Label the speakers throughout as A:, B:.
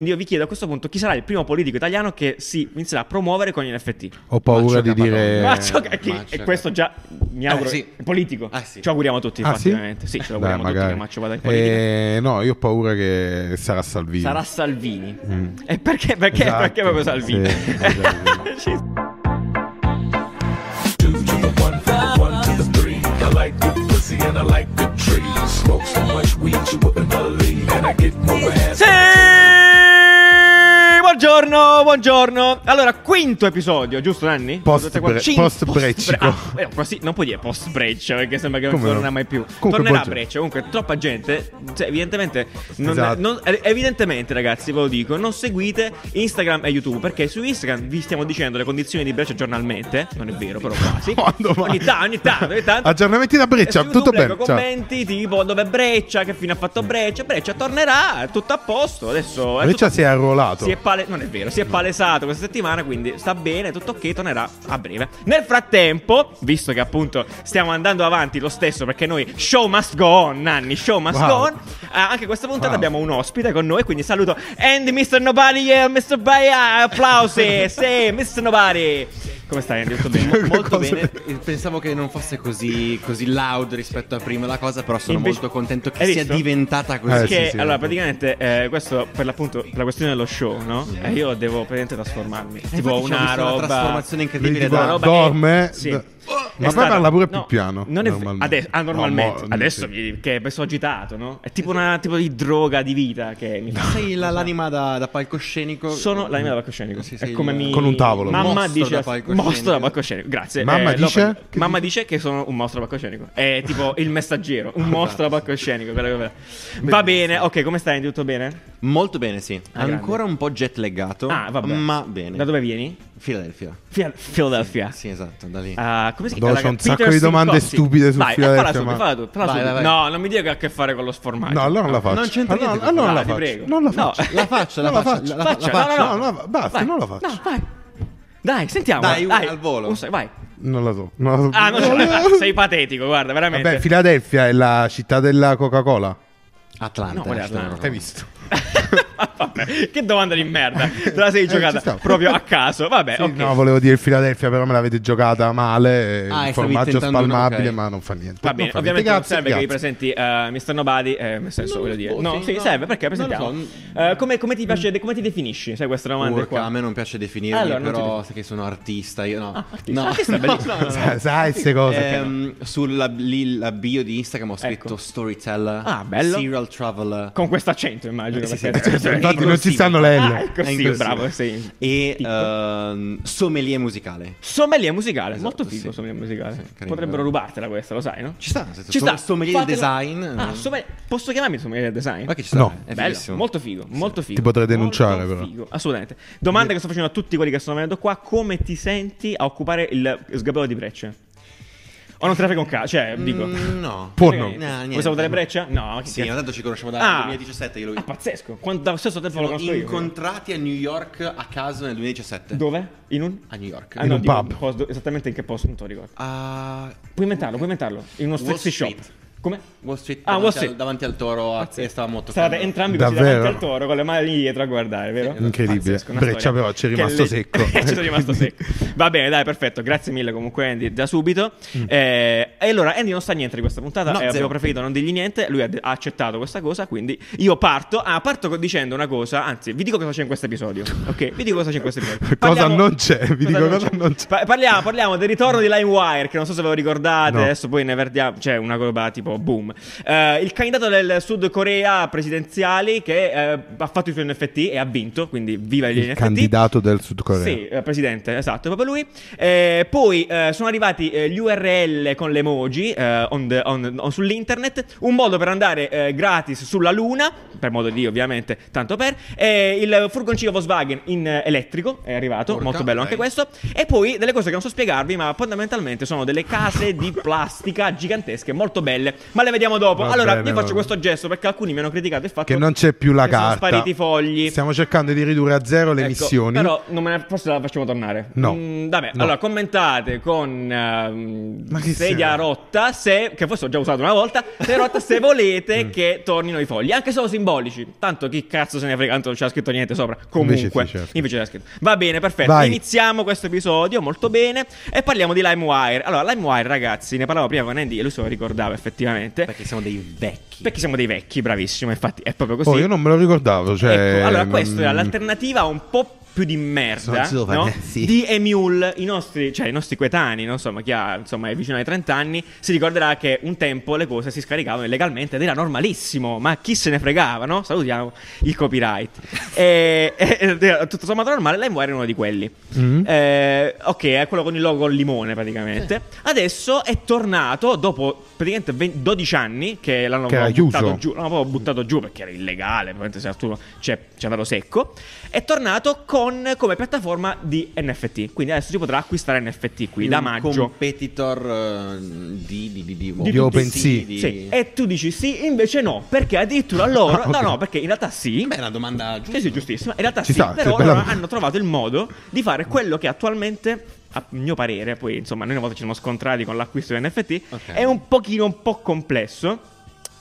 A: Quindi io vi chiedo a questo punto chi sarà il primo politico italiano che si inizierà a promuovere con gli NFT.
B: Ho paura
C: Maccio
B: di dire...
C: Eh,
A: Ma ciò che- che-
C: Maccio-
A: e questo già mi auguro.
C: Eh, sì.
A: è Politico.
C: Ah, sì.
A: Ci auguriamo tutti,
B: Ah,
A: infatti,
B: sì?
A: veramente. Sì, ce lo
B: Dai,
A: auguriamo tutti
B: magari.
A: che Maccio vada in politica.
B: Eh, no, io ho paura che sarà Salvini.
A: Sarà Salvini.
B: Mm.
A: E perché, perché,
B: Esatto,
A: perché proprio Salvini?
B: sì, esatto.
A: Ci
D: One to the three. I like the pussy and I like the tree. Smoke so much weed you wouldn't believe. And I get more ass.
A: Sì! Buongiorno, buongiorno. Allora, quinto episodio, giusto Nanni?
B: Post-
A: Tutte qua-
B: bre-
A: Cin-
B: post-breccico.
A: post- bre- ah, eh, quasi- non puoi dire post breccia perché sembra che non
B: Come no?
A: tornerà mai più.
B: Comunque,
A: Tornerà
B: buongiorno.
A: breccia, comunque troppa gente, cioè, evidentemente non-
B: Esatto.
A: non- eh, evidentemente ragazzi, ve lo dico, non seguite Instagram e YouTube perché su Instagram vi stiamo dicendo le condizioni di breccia giornalmente, non è vero, però quasi.
B: Quando mai?
A: ogni tanto, ogni tanto, ogni tanto.
B: Aggiornamenti da Breccia,
A: E su YouTube
B: tutto
A: leggo
B: bene, ciao.
A: commenti tipo dove è Breccia, che fine ha fatto Breccia, Breccia tornerà, è tutto a posto, adesso è
B: Breccia
A: tutto-
B: si è arruolato.
A: si è pale- non è vero, si è palesato questa settimana, quindi sta bene, tutto ok, tornerà a breve. Nel frattempo, visto che appunto stiamo andando avanti lo stesso, perché noi show must go on, Nanni, show must
B: Wow.
A: go on, eh, anche questa puntata
B: Wow.
A: abbiamo un ospite con noi, quindi saluto Andy, Mr. Nobody, yeah, Mr. Baia, applausi, sì, Mr. Nobody. Come stai Andy? Tutto bene?
C: Molto
B: Cosa-
C: bene, Eh, pensavo che non fosse così, così loud rispetto a prima la cosa, però sono
A: Invece-
C: molto contento che
A: Hai
C: sia
A: visto?
C: diventata
B: Eh,
C: così.
B: sì,
A: Che
B: sì.
A: allora praticamente eh, questo per l'appunto per la questione dello show, no? E io devo praticamente trasformarmi. tipo
C: Eh, infatti diciamo, ci ho
A: una
C: visto una
A: roba
C: trasformazione incredibile
B: Vedi
A: Una
B: qua,
C: da-
A: roba-
B: dorme,
A: eh, sì.
B: d-
A: È
B: ma poi
A: stata-
B: parla pure
A: no,
B: più piano,
A: Non è
B: normalmente.
A: adesso, ah, normalmente.
B: No, mo-
A: adesso
B: sì.
A: mi- che sono agitato, no? È tipo una tipo di droga di vita che mi fa.
C: Sei la- l'anima da, da palcoscenico.
A: Sono l'anima da palcoscenico.
C: Sì,
A: è
C: sei
A: come
C: il-
A: mi...
B: Con un tavolo.
A: Mamma
C: Mostro
A: dice:
C: da palcoscenico.
A: Mostro da palcoscenico. Grazie. Eh,
B: Mamma
A: lo
B: dice?
A: prendo.
B: Che
A: Mamma dice che sono un mostro da palcoscenico. È tipo il messaggero. Un mostro da palcoscenico. quello che- Va bene. Ok, come stai? Tutto bene?
C: Molto bene, sì.
A: Ah,
C: Ancora un po' jet laggato.
A: Ah, vabbè.
C: Ma bene.
A: Da dove vieni?
C: Philadelphia.
A: Phil- Philadelphia.
C: Sì, esatto, da lì.
A: Ah, come si
B: Madonna,
A: chiama?
B: c'ho un sacco di domande stupide su
A: Vai,
B: Philadelphia,
A: falla subito,
B: ma-
A: falla tu- falla
C: Vai,
A: subito.
C: vai, vai.
A: No, non mi dire che ha a che fare con lo sformaggio.
B: No, allora non la faccio.
C: Non c'entra
B: allora,
C: niente
A: con-
B: allora non la
A: Dai, ti
B: faccio.
A: prego.
B: Non la
A: No.
B: faccio.
C: La faccio, la
B: Non la
C: faccio, la,
A: Faccia,
C: la faccio.
A: no, no, no.
B: No, la- basta,
A: Vai.
B: non la faccio.
A: No, vai. Dai, sentiamo.
C: Dai, un- al volo.
A: Un se- vai.
B: Non la so. Non la so.
A: Ah, non ce l'hai fatta, sei patetico, guarda, veramente.
B: Vabbè, Filadelfia è la città della Coca-Cola.
C: Atlanta.
A: No, quella è Atlanta.
B: L'hai visto?
A: Vabbè, che domanda di merda. Te la sei
B: Eh, ci
A: giocata
B: stavo.
A: proprio a caso. Vabbè,
B: Sì,
A: Eh, ok.
B: No, volevo dire Filadelfia, però me l'avete giocata male. eh, il
C: Ah, e stavi
B: formaggio
C: tentando una-
B: spalmabile,
C: ok.
B: ma non fa niente.
A: Va
B: Non
A: bene,
B: fa niente.
A: ovviamente non
B: Grazie,
A: serve che vi
B: grazie.
A: presenti eh, Mr. Nobody, eh, nel senso,
C: No,
A: voglio dire.
C: boh,
A: No,
C: sì,
A: sì,
C: no.
A: serve perché
C: Non lo
A: presentiamo.
C: so. Mm.
A: Eh, come, come ti piace, come ti definisci? Sai questa domanda
C: Urca, a
A: qua?
C: me non piace definirmi,
A: Allora, non ti
C: però
A: dico.
C: sai che sono artista, io no.
A: Ah, artista.
C: no.
A: Artista è bellissimo.
B: Sai- Sai queste cose.
C: Ehm, sulla lì, la bio di Instagram ho scritto
A: Ecco.
C: storyteller,
A: Ah, bello.
C: serial traveler
A: Eh, Con questo accento, immagino.
C: Eh, sì,
A: perché- cioè,
C: sì, sì, sì.
B: Infatti non ci stanno le
A: Ah,
B: L.
A: ecco,
C: È
A: sì,
C: inclusivo.
A: bravo, sì.
C: e
A: Tipo.
C: ehm, sommelier musicale.
A: Sommelier musicale,
C: Esatto,
A: molto figo
C: sì.
A: sommelier musicale.
C: Sì, carino.
A: Potrebbero rubartela questa, lo sai, no?
C: Ci sta, se-
A: Ci sta.
C: sommelier
A: Fatelo.
C: design.
A: Ah, sommelier- Posso chiamarmi sommelier design?
C: Ma che ci sta?
B: No.
C: è
A: Bello,
C: bellissimo.
A: molto figo, molto figo.
B: Ti potrei
A: Molto
B: denunciare, però.
A: figo, assolutamente. Domanda che sto facendo a tutti quelli che sono venuti qua: come ti senti a occupare il sgabello di Breccia? O non te la fai con ca? Cioè, dico.
C: Mm, no.
B: Può
A: Perché
B: no.
A: niente?
C: No, niente.
A: Vuoi salutare Breccia? No, ma che
C: Sì, ma
A: cazzo?
C: tanto ci conosciamo dal
A: Ah.
C: 2017, io lo
A: Ah, pazzesco. Quanto dallo stesso tempo lo
C: Siamo
A: conosco io.
C: incontrati a New York a caso nel 2017.
A: Dove? In un?
C: A New York.
A: Ah,
B: In
A: no,
B: un
A: dico,
B: pub.
A: posto- esattamente in che posto? Non te lo ricordo.
C: A
A: Puoi inventarlo, puoi inventarlo. In uno
C: Wall
A: sexy shop.
C: Street.
A: Come?
C: Wall Street,
A: Ah,
C: davanti,
A: Wall Street.
C: Al, davanti al toro a,
A: Pazzesco.
C: e stavamo toccando.
A: Stavate entrambi così
B: Davvero?
A: davanti al toro con le mani dietro a guardare, vero?
B: Incredibile.
A: una
B: Breccia,
A: storia.
B: però, ci è
A: Che
B: rimasto
A: le-
B: secco.
A: ci sono rimasto secco. Va bene, dai, perfetto. Grazie mille comunque Andy da subito.
B: Mm.
A: Eh, e allora Andy non sa niente di questa puntata,
C: No,
A: eh, abbiamo
C: zero.
A: preferito non dirgli niente, lui ha, ha accettato questa cosa, quindi io parto, ah, parto co- dicendo una cosa, anzi, vi dico cosa c'è in questo episodio. Ok, vi dico cosa c'è in questo episodio.
B: Cosa non c'è, vi dico cosa non c'è.
A: Pa- parliamo, parliamo del ritorno di LimeWire, che non so se ve lo ricordate,
B: No.
A: adesso poi ne perdiamo, c'è una roba tipo boom. Eh, il candidato del Sud Corea presidenziali che eh, ha fatto i suoi NFT e ha vinto, quindi viva gli
B: Il
A: NFT.
B: candidato del Sud Corea.
A: Sì, eh, presidente, esatto, è proprio lui. Eh, poi eh, sono arrivati eh, gli URL con le emoji eh, on the- on- on- sull'internet, un modo per andare eh, gratis sulla Luna, per modo di Dio ovviamente, tanto per, eh, il furgoncino Volkswagen in eh, elettrico è arrivato,
C: Porca,
A: molto bello anche
C: dai.
A: questo, e poi delle cose che non so spiegarvi, ma fondamentalmente sono delle case di plastica gigantesche, molto belle, ma le vediamo dopo.
B: Va
A: allora,
B: bene,
A: io
B: va
A: faccio
B: bene.
A: questo gesto perché alcuni mi hanno criticato il fatto
B: Che non c'è più la
A: che
B: carta.
A: Sono spariti i fogli.
B: Stiamo cercando di ridurre a zero le
A: Ecco,
B: missioni.
A: Però non me ne- forse la facciamo tornare.
B: No.
A: Mm, vabbè,
B: No.
A: allora commentate con ehm,
B: Ma che
A: sedia
B: serve?
A: rotta, se, che forse ho già usato una volta, sedia rotta se
B: Mm.
A: volete che tornino i fogli, anche solo simbolici. Tanto chi cazzo se ne frega, tanto non c'era scritto niente sopra. Comunque,
B: Invece sì, c'era scritto.
A: invece c'era scritto. Va bene, perfetto.
B: Vai.
A: Iniziamo questo episodio molto bene e parliamo di LimeWire. Allora, LimeWire ragazzi, ne parlavo prima con Andy e lui se lo ricordava effettivamente.
C: Perché siamo dei vecchi.
A: Perché siamo dei vecchi, bravissimo, infatti è proprio così.
B: Oh, io non me lo ricordavo. Cioè,
A: Ecco, allora,
B: mm,
A: questa era l'alternativa un po' più di merda
C: Sono giovane,
A: no?
C: sì.
A: di Emule. I nostri, cioè, i nostri coetanei, no? insomma, chi ha, insomma, è vicino ai 30 anni, si ricorderà che un tempo le cose si scaricavano illegalmente ed era normalissimo. Ma chi se ne fregava, no? Salutiamo il copyright. e, e- ed era tutto sommato normale, LimeWire era uno di quelli.
B: Mm.
A: Eh, ok, è quello con il logo al limone praticamente. Adesso è tornato dopo praticamente 20 12 anni che l'hanno
B: Che era
A: buttato
B: chiuso.
A: giù, l'hanno proprio buttato giù perché era illegale, probabilmente se Arturo c'è, c'è andato secco. È tornato con, come piattaforma di NFT, quindi adesso si potrà acquistare NFT qui da
C: Un
A: maggio.
C: competitor eh, di, di, di, di,
A: Di
B: OpenSea.
A: Sì, Eh, e tu dici sì, invece no, perché addirittura loro...
B: Ah, ok.
A: No, no, perché in realtà sì.
C: Beh, è una domanda giusta.
A: Sì, sì, giustissimo. In realtà
B: Ci
A: sì,
B: sta,
A: però
B: cioè, bella-
A: loro hanno trovato il modo di fare quello che attualmente, a mio parere, poi insomma noi una volta ci siamo scontrati con l'acquisto di NFT,
C: Ok.
A: è un pochino un po' complesso.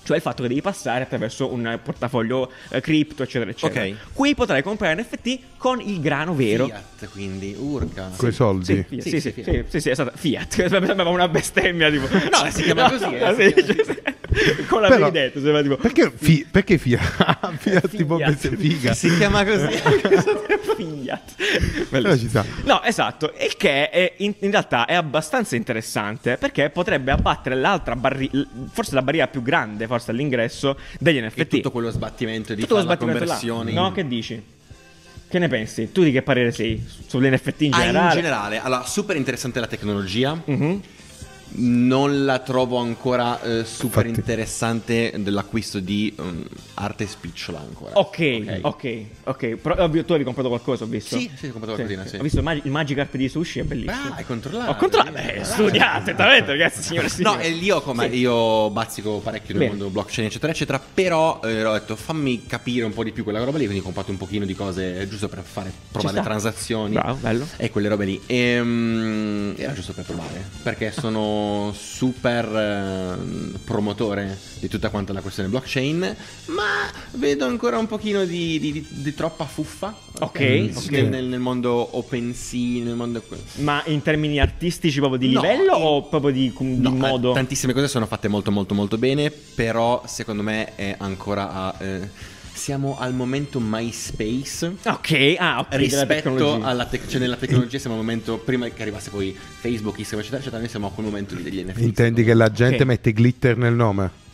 A: Cioè il fatto che devi passare attraverso un eh, portafoglio eh, cripto, eccetera, eccetera.
C: Ok.
A: Qui potrai comprare NFT con il grano vero.
C: Fiat, quindi, urca.
B: Coi soldi.
A: Sì, Fiat, sì,
C: Sì,
A: sì,
C: sì,
A: sì,
C: Fiat.
A: sì, sì, è stata Fiat. Sembrava una bestemmia, tipo.
C: No, si chiama così, eh, si
A: sì,
C: chiama
A: cioè, con la
B: Però-
A: benedetta, sembrava tipo.
B: Perché, fi- perché Fia? Fia tipo
A: Fiat.
B: pezzo di figa.
C: Si chiama così.
A: Fiat.
B: Però ci sta.
A: No, esatto, il che è- in, in realtà è abbastanza interessante perché potrebbe abbattere l'altra barriera, forse la barriera più grande, forse all'ingresso degli NFT.
C: e tutto quello sbattimento di
A: Tutto
C: fare
A: lo
C: la
A: sbattimento là.
C: conversione.
A: No,
C: in-
A: che dici? Che ne pensi? Tu di che parere sei su- sull'NFT in
C: Ah,
A: generale?
C: in generale, allora, super interessante la tecnologia.
A: Mhm.
C: Non la trovo ancora eh, super
B: Infatti.
C: interessante dell'acquisto di mm, arte spicciola ancora.
A: Ok, ok, ok. Però, ovvio, tu avevi comprato qualcosa, ho visto.
C: Sì, sì, ho comprato qualcosina, sì.
A: Ho visto il, Mag- il Magic Art di Sushi, è bellissimo.
C: Ah, hai controllato.
A: Ho controllato,
C: Bene,
A: beh,
C: bravo.
A: studiate, veramente, ragazzi, signore e
C: No,
A: signori.
C: e io, come,
A: Sì.
C: io bazzico parecchio nel
A: Bene.
C: mondo blockchain, eccetera, eccetera. Però eh, ho detto fammi capire un po' di più quella roba lì. Quindi ho comprato un pochino di cose eh, giusto per fare provare
A: sta.
C: transazioni.
A: Bravo, bello.
C: E quelle robe lì. Ehm, era giusto per provare.
A: Ah.
C: Perché sono super ehm, promotore di tutta quanta la questione blockchain. Ma vedo ancora un pochino di, di- di- di troppa fuffa.
A: Ok,
C: Nel-
A: ok.
C: Nel, nel mondo OpenSea, nel mondo.
A: Ma in termini artistici, proprio di
C: No,
A: livello
C: in-
A: o proprio di, di
C: No,
A: modo?
C: eh, tantissime cose sono fatte molto molto molto bene, però secondo me è ancora a... eh, siamo al momento MySpace.
A: Ok, ah, ok. della
C: Rispetto
A: tecnologia.
C: alla tec- cioè nella tecnologia siamo al momento, prima che arrivasse poi Facebook, Instagram, eccetera, eccetera, noi siamo a quel momento lì degli NFT.
B: Intendi che la gente
A: Ok.
B: mette glitter nel nome?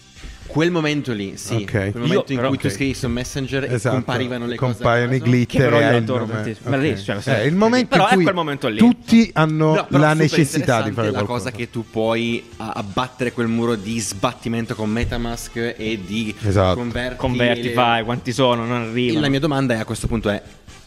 C: Quel momento lì, sì.
B: Ok.
C: Quel momento in
A: però-
C: cui
A: ok.
C: tu scrivi su Messenger
B: Esatto.
C: e comparivano le
B: Compaiono
C: cose.
B: i
C: a caso.
A: Che
B: glitter
A: però
B: e
A: io
B: hai il
A: adoro
B: nome.
A: tantissimo.
B: Ok.
A: Ma lì, cioè,
B: Eh, il momento
A: però
B: in
A: è
B: cui
A: quel momento lì.
B: tutti hanno
C: No, però
B: la
C: super
B: necessità di
C: interessante
B: fare
C: la
B: qualcosa.
C: cosa che tu puoi a- abbattere quel muro di sbattimento con Metamask e di
B: Esatto.
C: converti,
A: Converti,
C: le-
A: fai, quanti sono, non
C: E
A: arrivano.
C: la mia domanda è a questo punto è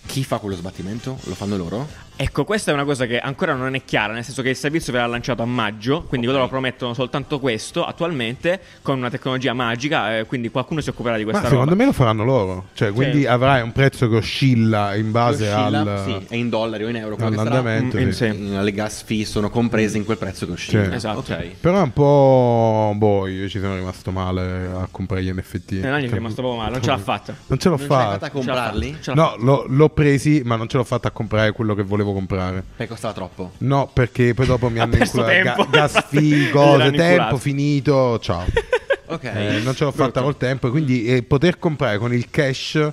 C: chi fa quello sbattimento? Lo fanno loro?
A: Ecco, questa è una cosa che ancora non è chiara, nel senso che il servizio verrà lanciato a maggio, quindi loro promettono soltanto questo attualmente con una tecnologia magica, eh, quindi qualcuno si occuperà di
B: Ma
A: questa roba.
B: secondo me lo faranno loro. Cioè, quindi avrai un prezzo che oscilla in base
C: Oscilla,
B: Ah, al.
C: sì, è in dollari o in euro, quello che sarà.
B: All'andamento,
A: Mm,
B: sì.
A: sì.
C: Mm, Le gas fee sono comprese in quel prezzo che oscilla.
B: Sì.
A: Esatto.
C: Ok.
B: Però è un po'. Boh, io ci sono rimasto male a comprare gli NFT.
A: Eh, no, gli è
B: Cioè,
A: rimasto proprio male, non ce l'ha fatta.
B: Non ce l'ho
C: Non ce l'hai fatta a
B: fatta.
C: comprarli?
A: Ce l'ha
B: No, l'ho, l'ho presi, ma non ce l'ho fatta a comprare quello che volevo comprare.
C: Perché costava troppo.
B: No, perché poi dopo mi
A: Ha
B: hanno
A: perso
B: inculato
A: tempo.
B: ga- gas
A: Gli
B: fee, cose,
A: hanno inculato.
B: tempo finito, ciao.
C: Ok.
B: Eh, non ce l'ho fatta col tempo, quindi eh, poter comprare con il cash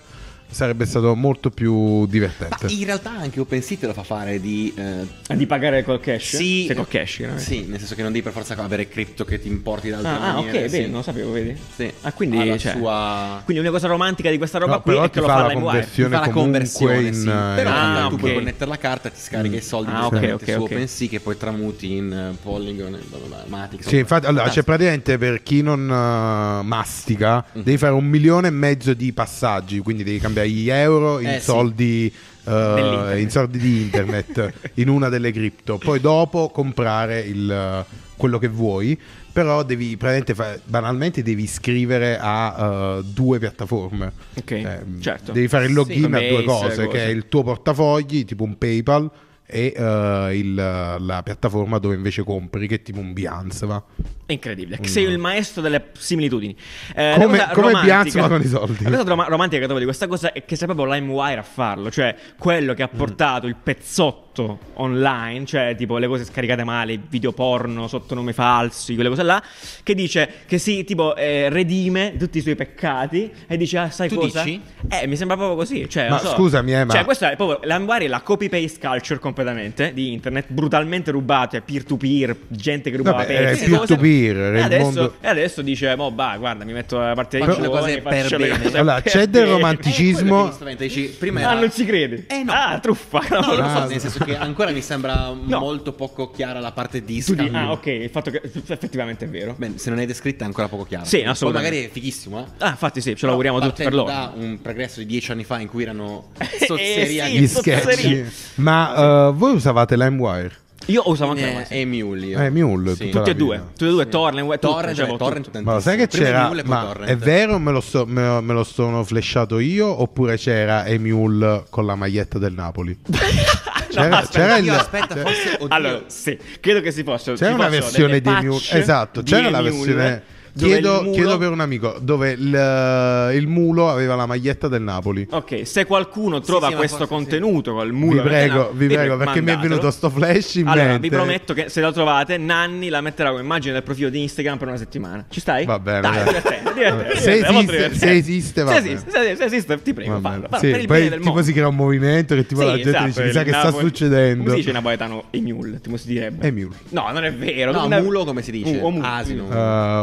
B: sarebbe stato molto più
C: Ma
B: divertente.
C: in realtà anche OpenSea te lo fa fare di... eh,
A: Di pagare col cash?
C: sì,
A: Se col cash, chiaramente.
C: sì, nel senso che non devi per forza avere cripto che ti importi da altre
A: Ah, ah, ok, bene,
C: maniere, sì.
A: non lo sapevo, vedi?
C: Sì.
A: Ah, quindi,
C: Alla
A: cioè,
C: sua-
A: quindi una cosa romantica di questa roba
B: No,
A: qui
B: però
A: è
B: ti
A: che lo
B: fa
A: fa
B: la
A: la MyWire.
B: conversione.
C: Fa la
B: comunque
C: conversione,
B: in, Mm.
C: sì.
B: eh,
C: Però
A: Ah,
C: tanto
A: ok.
C: tu puoi connettere la carta, ti scarichi i soldi
A: Ah, ok,
C: direttamente
A: ok,
C: su
A: ok.
C: OpenSea che poi tramuti in eh, Polygon, e bla bla bla, Matic.
B: Sì,
C: insomma.
B: infatti, allora, c'è
C: Fantastico.
B: praticamente per chi non eh, mastica,
C: Mm.
B: devi fare un milione e mezzo di passaggi, quindi devi cambiare gli euro in
C: Eh, sì.
B: soldi. eh,
A: Dell'internet.
B: in soldi di internet in una delle cripto poi dopo comprare il, eh, quello che vuoi, però devi praticamente fa- banalmente devi iscrivere a eh, due piattaforme.
A: Ok,
B: Cioè,
A: certo.
B: Devi fare il login
A: Sì,
B: a
A: Base,
B: due cose,
A: cose.
B: che è il tuo portafogli, tipo un PayPal e eh, il- la piattaforma dove invece compri che è tipo un Behance, va.
A: Incredibile, sei il maestro delle similitudini. Eh,
B: Mm. Come-
A: la cosa
B: come
A: romantica-
B: Biazzo, ma con i soldi.
A: La cosa roma- romantica che trovo di questa cosa è che sia proprio LimeWire a farlo, cioè quello
B: Mm.
A: che ha portato il pezzotto online, cioè tipo le cose scaricate male, video porno, sottonomi falsi, quelle cose là, che dice che si tipo eh, redime tutti i suoi peccati e dice ah sai
C: Tu
A: cosa?
C: dici?
A: Eh, mi sembra proprio così, cioè,
B: Ma
A: non so.
B: scusami, eh, ma-
A: Cioè, questa è proprio LimeWire è la copy-paste culture completamente di internet, brutalmente rubato, è peer-to-peer, gente che rubava
B: Vabbè, eh,
A: pezzi,
B: è peer-to-peer,
A: cose.
B: era
A: e
B: il
A: Eh, adesso,
B: mondo-
A: e adesso dice, mo bah, guarda, mi metto a parte dei
C: Faccio le
A: giovani,
C: cose per
A: faccio le
C: bene."
A: cose
B: Allora,
A: per
B: c'è del
A: bene.
B: romanticismo.
C: Eh, quello che mi spaventa, dici, prima
A: Ah,
C: era-
A: non ci credi?
C: Eh, no.
A: Ah, truffa.
C: No, lo
B: Ah,
C: so, nel senso che ancora mi sembra molto poco chiara la parte di
A: Tu dici,
C: scambio.
A: ah, ok, il fatto che effettivamente è vero.
C: Beh, se non è descritta è ancora poco chiara.
A: Sì,
C: Poi
A: assolutamente.
C: magari è fighissimo, eh.
A: Ah, infatti sì, ce lo auguriamo tutti per
C: Partendo
A: loro.
C: da un pregresso di dieci anni fa in cui erano
A: Eh,
C: sozzeria
A: sì,
C: di
B: Gli
A: Tozzeria.
B: sketch. Ma eh, voi usavate LimeWire?
A: Io usavo anche
C: Eh,
A: la
C: e Mule. io.
B: Eh, Mule,
C: Sì.
B: tutta la
A: Tutti e due,
B: vita.
A: tutti e due, Torrent, tutto,
C: Torrent,
A: cioè,
C: eh,
A: tutto.
C: Torrent
B: Ma lo sai che
C: tantissimo.
B: c'era?
C: Prima Mule, poi
B: Ma
C: Torrent.
B: è vero o me lo, so- me- me lo sono flashato io? Oppure c'era Emule con la maglietta del Napoli? C'era,
A: Ah, No, aspetta,
B: c'era
C: io
B: il-
C: aspetta,
B: c'era-
C: forse oddio.
A: Allora, sì, credo che si possa.
B: c'era
A: ci
B: una
A: fossero
B: versione di
A: delle
B: Emule.
A: patch
B: Esatto,
A: di
B: c'era la
A: Emule
B: versione.
A: dove
B: Chiedo,
A: il muro-
B: chiedo per un amico dove il, eh, il mulo aveva la maglietta del Napoli.
A: Ok, se qualcuno trova
C: sì, ma
A: questo
C: forse sì.
A: contenuto col
B: Vi
A: muro
B: prego, vi prego, perché mi è venuto sto flash in
A: Allora,
B: mente.
A: vi prometto che se lo trovate, Nanni la metterà come immagine del profilo di Instagram per una settimana. Ci stai?
B: Va bene,
A: Dai,
B: dai.
A: divertente, divertente,
B: Se
A: divertente,
B: esiste-
A: molto divertente.
B: se esiste, va
A: se
B: bene.
A: esiste, se- se esiste, ti prego,
B: Vabbè,
A: fallo. Fallo,
B: sì,
A: per il
B: poi
A: bene del
B: tipo
A: mondo.
B: si crea un movimento che tipo
A: Sì,
B: la gente
A: esatto,
B: dice
A: il
B: chissà che sta
A: Napoli-
B: succedendo. Eh,
A: Come si dice in napoletano i mule? Come si direbbe?
B: E Mule.
A: No, non è vero.
C: No,
A: una-
C: mulo come si dice?
A: Uh, o mulo.
C: Asino.
B: Eh,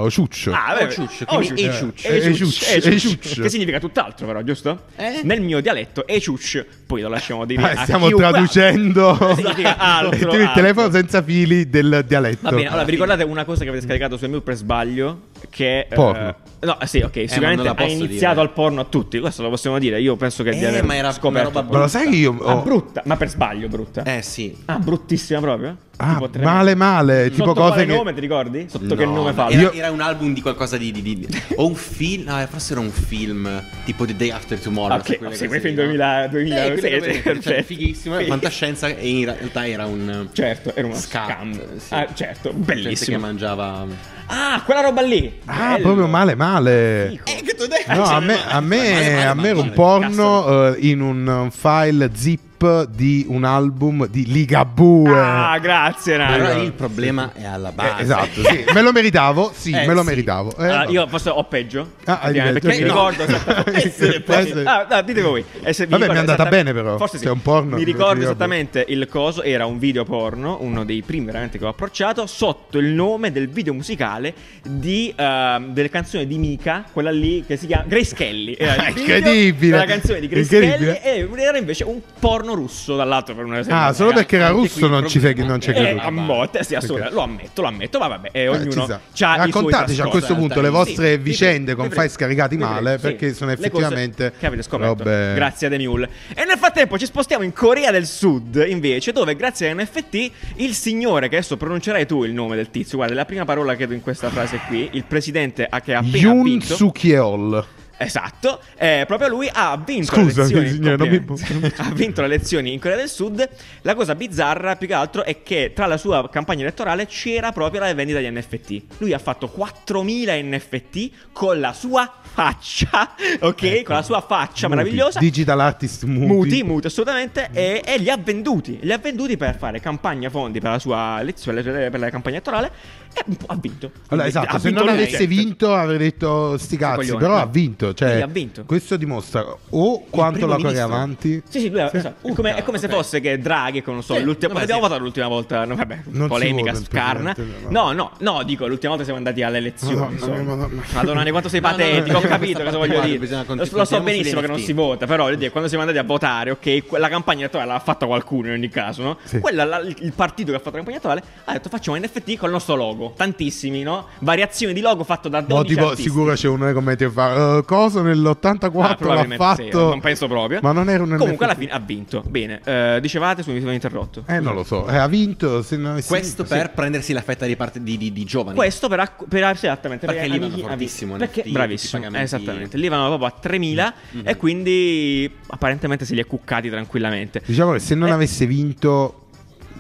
B: o ciuccio.
A: Ah,
C: Oh,
A: vabbè,
C: ciuccio,
A: oh, ciuccio.
C: quindi e ciuccio.
A: E
B: Eh,
A: ciuccio,
B: ciuccio,
A: e
B: e
A: ciuccio.
B: ciuccio.
A: Che significa tutt'altro, però, giusto?
C: Eh?
A: Nel mio dialetto, e ciuccio, poi lo lasciamo dire.
B: Ah,
A: a
B: stiamo
A: chiunque-
B: traducendo
A: Significa altro,
B: Mettimi il
A: altro.
B: telefono senza fili del dialetto.
A: Va bene, allora vi ricordate una cosa che avete scaricato su Emule per sbaglio? Che. eh,
B: Porno.
A: no, sì, ok.
C: Eh, non
A: Sicuramente
C: la
A: ha
C: posso
A: iniziato
C: dire.
A: al porno a tutti. Questo lo possiamo dire. Io penso che.
C: Eh,
A: di aver
C: ma era
A: scoperto.
C: una roba
B: Ma lo sai che io ho-
A: Ah, brutta, ma per sbaglio brutta.
C: Eh sì.
A: Ah, bruttissima proprio?
B: Ah,
A: Tipo tre-
B: male male, tipo
A: Sotto
B: cose
A: quale
B: che
A: nome ti ricordi? Sotto che
C: No,
A: nome
C: ma
A: fa?
C: Era,
B: Io-
C: era un album di qualcosa di. di, di- o un film. No, forse era un film tipo The Day After Tomorrow.
A: Ah, Ok,
C: sai, quelle
A: sì,
C: cose
A: quei film
C: lì, no?
A: 2000, 2000,
C: Eh,
A: sì,
C: quelle cose
A: sì,
C: lì, cioè,
A: certo.
C: Fighissimo.
A: Sì.
C: Fantascienza. E in realtà era un.
A: Certo, era uno
C: Scat,
A: scam.
C: sì.
A: Ah, certo,
C: gente che
A: bellissimo.
C: mangiava.
A: Ah, quella roba lì.
B: Ah,
A: Bello. Eh,
B: proprio male male.
A: Fico.
C: che tu dai?
B: No, a me, a me-
C: Male, male,
B: a me
C: male,
B: era un
C: male.
B: porno eh, in un file zip di un album di Ligabue.
A: Ah, grazie, Nani.
C: Allora lì il problema è alla base.
B: Eh, esatto, sì. Me lo meritavo, sì,
C: Eh,
B: me lo
C: sì.
B: meritavo. Eh,
A: Allora,
B: vabbè.
A: Ah, io forse ho peggio.
B: Ah, hai
A: effettivamente,
B: detto,
A: perché mi
B: ok.
A: ricordo esatto, esattamente-
B: Può essere, può essere.
A: Ah, no, dite voi. Eh, se mi
B: Vabbè, mi è
A: ricordo
B: andata
A: esattamente-
B: bene, però.
A: Forse sì.
B: Se è un porno,
A: Mi
B: mi
A: ricordo
B: ricordo.
A: esattamente il coso. Era un video porno, uno dei primi veramente che ho approcciato. Sotto il nome del video musicale di, ehm, delle canzoni di Mika, quella lì che si chiama Grace Kelly. Era il video
B: Ah, Incredibile.
A: della canzone di Grace Kelly.
B: Incredibile.
A: E era invece un porno russo dall'altro per una
B: Ah, solo perché era
C: anche
B: russo
C: qui
B: non ci sei che
C: problema.
B: non c'è
C: Eh,
A: eh,
B: creduto.
A: a volte, sì, assolutamente,
B: Ok.
A: lo ammetto, lo ammetto, ma vabbè, eh,
B: Eh,
A: ognuno
B: ci sta.
A: ha i
B: Raccontateci
A: suoi
B: a questo
A: trascorsi.
B: punto le
C: Sì,
B: vostre
A: vi prego,
B: vicende
A: vi
B: con
A: prego,
B: file scaricati
A: vi prego,
B: male
A: sì.
B: perché sono
A: Le cose
B: effettivamente
A: che avete scoperto.
B: robe-
A: Grazie a The Mule. E nel frattempo ci spostiamo in Corea del Sud, invece, dove grazie a NFT il signore che adesso pronuncerai tu il nome del tizio, guarda, è la prima parola che do in questa frase qui, il presidente a- che ha appena
B: Yoon
A: vinto
B: Sukyeol.
A: Esatto, eh, proprio lui ha vinto
B: Scusa,
A: le elezioni
B: signore, non mi-
A: complimenti. ha vinto le elezioni in Corea del Sud. La cosa bizzarra più che altro è che tra la sua campagna elettorale c'era proprio la vendita di NFT. Lui ha fatto 4000 NFT con la sua faccia, ok? Con la sua faccia
B: Ecco. Muti.
A: meravigliosa.
B: Digital artist muti.
A: Muti, muti assolutamente e, e li ha venduti, li ha venduti per fare campagna fondi per la sua elezione, per la campagna elettorale e ha vinto.
B: Allora,
A: Ha
B: esatto, se
A: vinto
B: non
A: lui,
B: avesse
A: certo.
B: vinto avrei detto sti cazzi,
A: coglioni,
B: però
A: no.
B: ha vinto, cioè,
A: Sì, ha vinto.
B: questo dimostra o quanto
C: primo
B: la Corea è
C: ministro.
B: avanti.
A: Sì, sì, lui aveva- esatto.
C: Uh,
A: Come- è come se
C: ok.
A: fosse che Draghi, che non so,
C: Sì,
A: l'ultima,
C: vabbè,
A: abbiamo
C: sì.
A: votato l'ultima volta, no, vabbè,
B: Non si
A: polemica
B: vota il
A: scarna.
B: presidente,
A: No, no, no, dico, l'ultima volta siamo andati alle elezioni.
B: Madonna,
A: insomma.
B: madonna.
A: Madonna, di quanto sei
C: No, no, no,
A: patetico, ho
C: no,
A: capito cosa
C: questa
A: voglio
C: parte
A: dire.
C: bisogna
A: Lo,
C: con-
A: lo so
C: continuiamo
A: benissimo
C: sugli
A: che non
C: NFT.
A: si vota, però voglio dire, quando siamo andati a votare, ok, que- la campagna elettorale l'ha fatta qualcuno in ogni caso, no?
B: Sì.
A: Quella, la- il il partito che ha fatto la campagna elettorale ha detto facciamo NFT col nostro logo, tantissimi, no? Variazioni di logo fatto da 12
B: No, tipo,
A: artisti.
B: sicuro c'è uno nei commenti che fa "Eh, coso nell'84
A: Ah,
B: l'ha
A: probabilmente sì,
B: fatto.
A: non penso proprio.
B: Ma non era un
A: Comunque alla
B: NFT.
A: fine ha vinto. Bene, eh, dicevate, scusami, mi sono interrotto.
B: Eh, non lo so. Eh, ha vinto. se no-
C: Questo
B: sì,
C: per prendersi la fetta di, parte, di, di- di giovani.
A: Questo per, acqu- per sì, esattamente
C: Perché
A: per
C: lì vanno
A: amici-
C: fortissimo,
A: amici.
C: NFT,
A: perché, bravissimo,
C: tutti i pagamenti. Mm.
A: esattamente. Lì vanno proprio a 3000 e quindi apparentemente se li è cuccati tranquillamente.
B: sì. Diciamo che se non
A: Eh.
B: avesse vinto,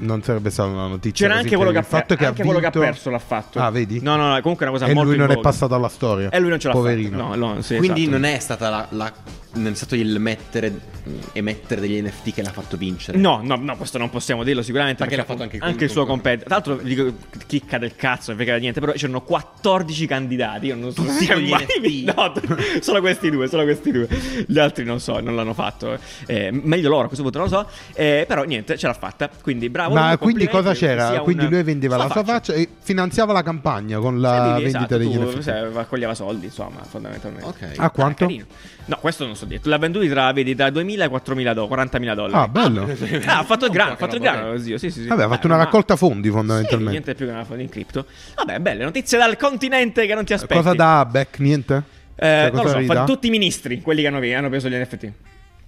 B: non sarebbe stata una notizia.
A: C'era
B: così
A: anche quello che, ha,
B: terribile. Il fatto
A: anche
B: che
A: quello che ha
B: vinto-
A: perso l'ha fatto.
B: Ah, vedi?
A: No, no, no, comunque è una cosa
B: e
A: molto
B: lui
A: in
B: non è
A: voga.
B: passato alla storia.
A: E lui non ce l'ha
B: Poverino.
A: fatta. No, no, sì,
C: Quindi
A: esatto.
C: non è stata la, la- non è stato il mettere, mm, emettere degli NFT che l'ha fatto vincere.
A: No, no, no, questo non possiamo dirlo sicuramente.
C: Perché l'ha fatto anche il
A: il suo competitor.
C: competitor.
A: Tra l'altro, dico chicca del cazzo, perché niente, però c'erano 14 candidati. Io non so
C: Tutti
A: se
C: con gli
A: mai
C: NFT.
A: No, solo questi due, solo questi due. Gli altri non so, non l'hanno fatto. Eh, meglio loro a questo punto, non lo so. Eh, però niente, ce l'ha fatta. Quindi bravo.
B: Ma
A: lui,
B: quindi
A: complimenti,
B: cosa
A: che
B: c'era?
A: sia
B: Quindi
A: un-
B: lui vendeva
A: sta
B: la sua faccia e finanziava la campagna con
A: Sì,
B: la
A: sì,
B: vendita
A: esatto,
B: degli
A: tu,
B: NFT.
A: sai, raccoglieva soldi, insomma, fondamentalmente. Ah,
C: Ok.
B: A quanto?
A: carino. No, questo non so detto. L'ha venduto tra, vedi, tra 2.000 e 4.000 dollari, 40.000 dollari.
B: Ah, bello.
A: Ah, ha fatto il
C: Un
A: grano,
C: po'
A: ha fatto il
C: che roba,
A: grano, zio. Sì, sì, sì.
B: Vabbè, ha
A: Beh,
B: fatto una
A: ma-
B: raccolta fondi
A: Sì,
B: fondamentalmente.
A: niente più che una foto in cripto. Vabbè, belle notizie dal continente che non ti aspetti.
B: cosa dà Beck? Niente?
A: Eh,
B: Cioè,
A: non
B: cosa
A: lo so,
B: gli
A: fa
B: dà?
A: tutti i ministri, quelli che hanno, hanno preso gli NFT.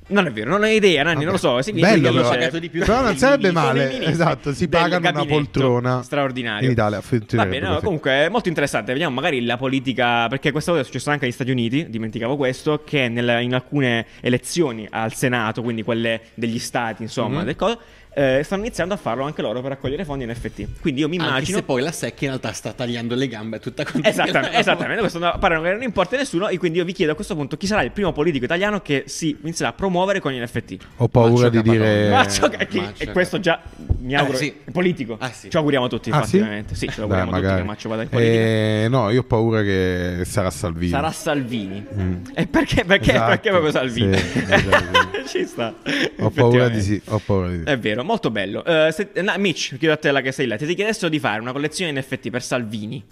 A: Non è vero, non ho idea, Nanni, non lo so. Sì,
B: Bello,
A: quelli che
B: però.
A: hanno
C: pagato Certo, di più
B: Però non
C: dei
B: sarebbe
C: ministri.
A: Sono i
B: male.
A: ministri
B: Esatto, si
A: del
B: pagano una
A: gabinetto
B: poltrona.
A: straordinario.
B: In Italia.
A: Va
B: funzionerebbe
A: bene, no,
B: così.
A: comunque è molto interessante. Vediamo magari la politica, perché questa cosa è successa anche agli Stati Uniti, dimenticavo questo, che nel- in alcune elezioni al Senato, quindi quelle degli stati, insomma,
B: Mm-hmm.
C: Mhm.
A: del coso, eh, stanno iniziando a farlo anche loro per raccogliere fondi NFT. Quindi io mi
C: Anche
A: immagino...
C: se poi la secchia in realtà sta tagliando le gambe a tutta quanta.
A: Esattamente, esattamente, questo no- pare che non importa a nessuno e quindi io vi chiedo a questo punto chi sarà il primo politico italiano che si inizierà a promuovere con gli NFT.
B: Ho paura
C: Maccio
B: di dire.
C: Capadonna.
A: Ma ciò che- chi-
C: Maccio,
A: e questo già mi
C: eh,
A: auguro
C: certo. sì.
A: è politico.
C: Ah, sì.
A: Ci auguriamo tutti,
B: Ah,
A: infatti,
B: sì?
A: veramente. Sì, ce lo
B: Dai,
A: auguriamo tutti
B: magari.
A: che Maccio vada in politica.
B: Eh, no, io ho paura che sarà Salvini.
A: Sarà Salvini. E perché? Perché,
B: Mm. Esatto,
A: perché proprio Salvini?
B: sì, esatto.
A: Ci sta.
B: Ho paura
A: Effettivamente.
B: di sì. Ho paura di sì.
A: È vero, molto bello. Eh, se- na- Mitch, chiedo a te la che sei là. Ti chiedessero di fare una collezione NFT per Salvini.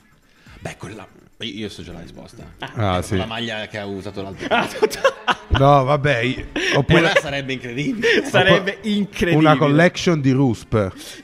C: Beh, quella. Io, io so già la risposta.
A: Eh,
B: Ah, sì.
C: La maglia che ha usato l'altro. Eh,
B: No, vabbè. io-
C: Quella
B: Oppure
C: sarebbe incredibile.
A: Eh, Sarebbe incredibile.
B: una collection di Rusp.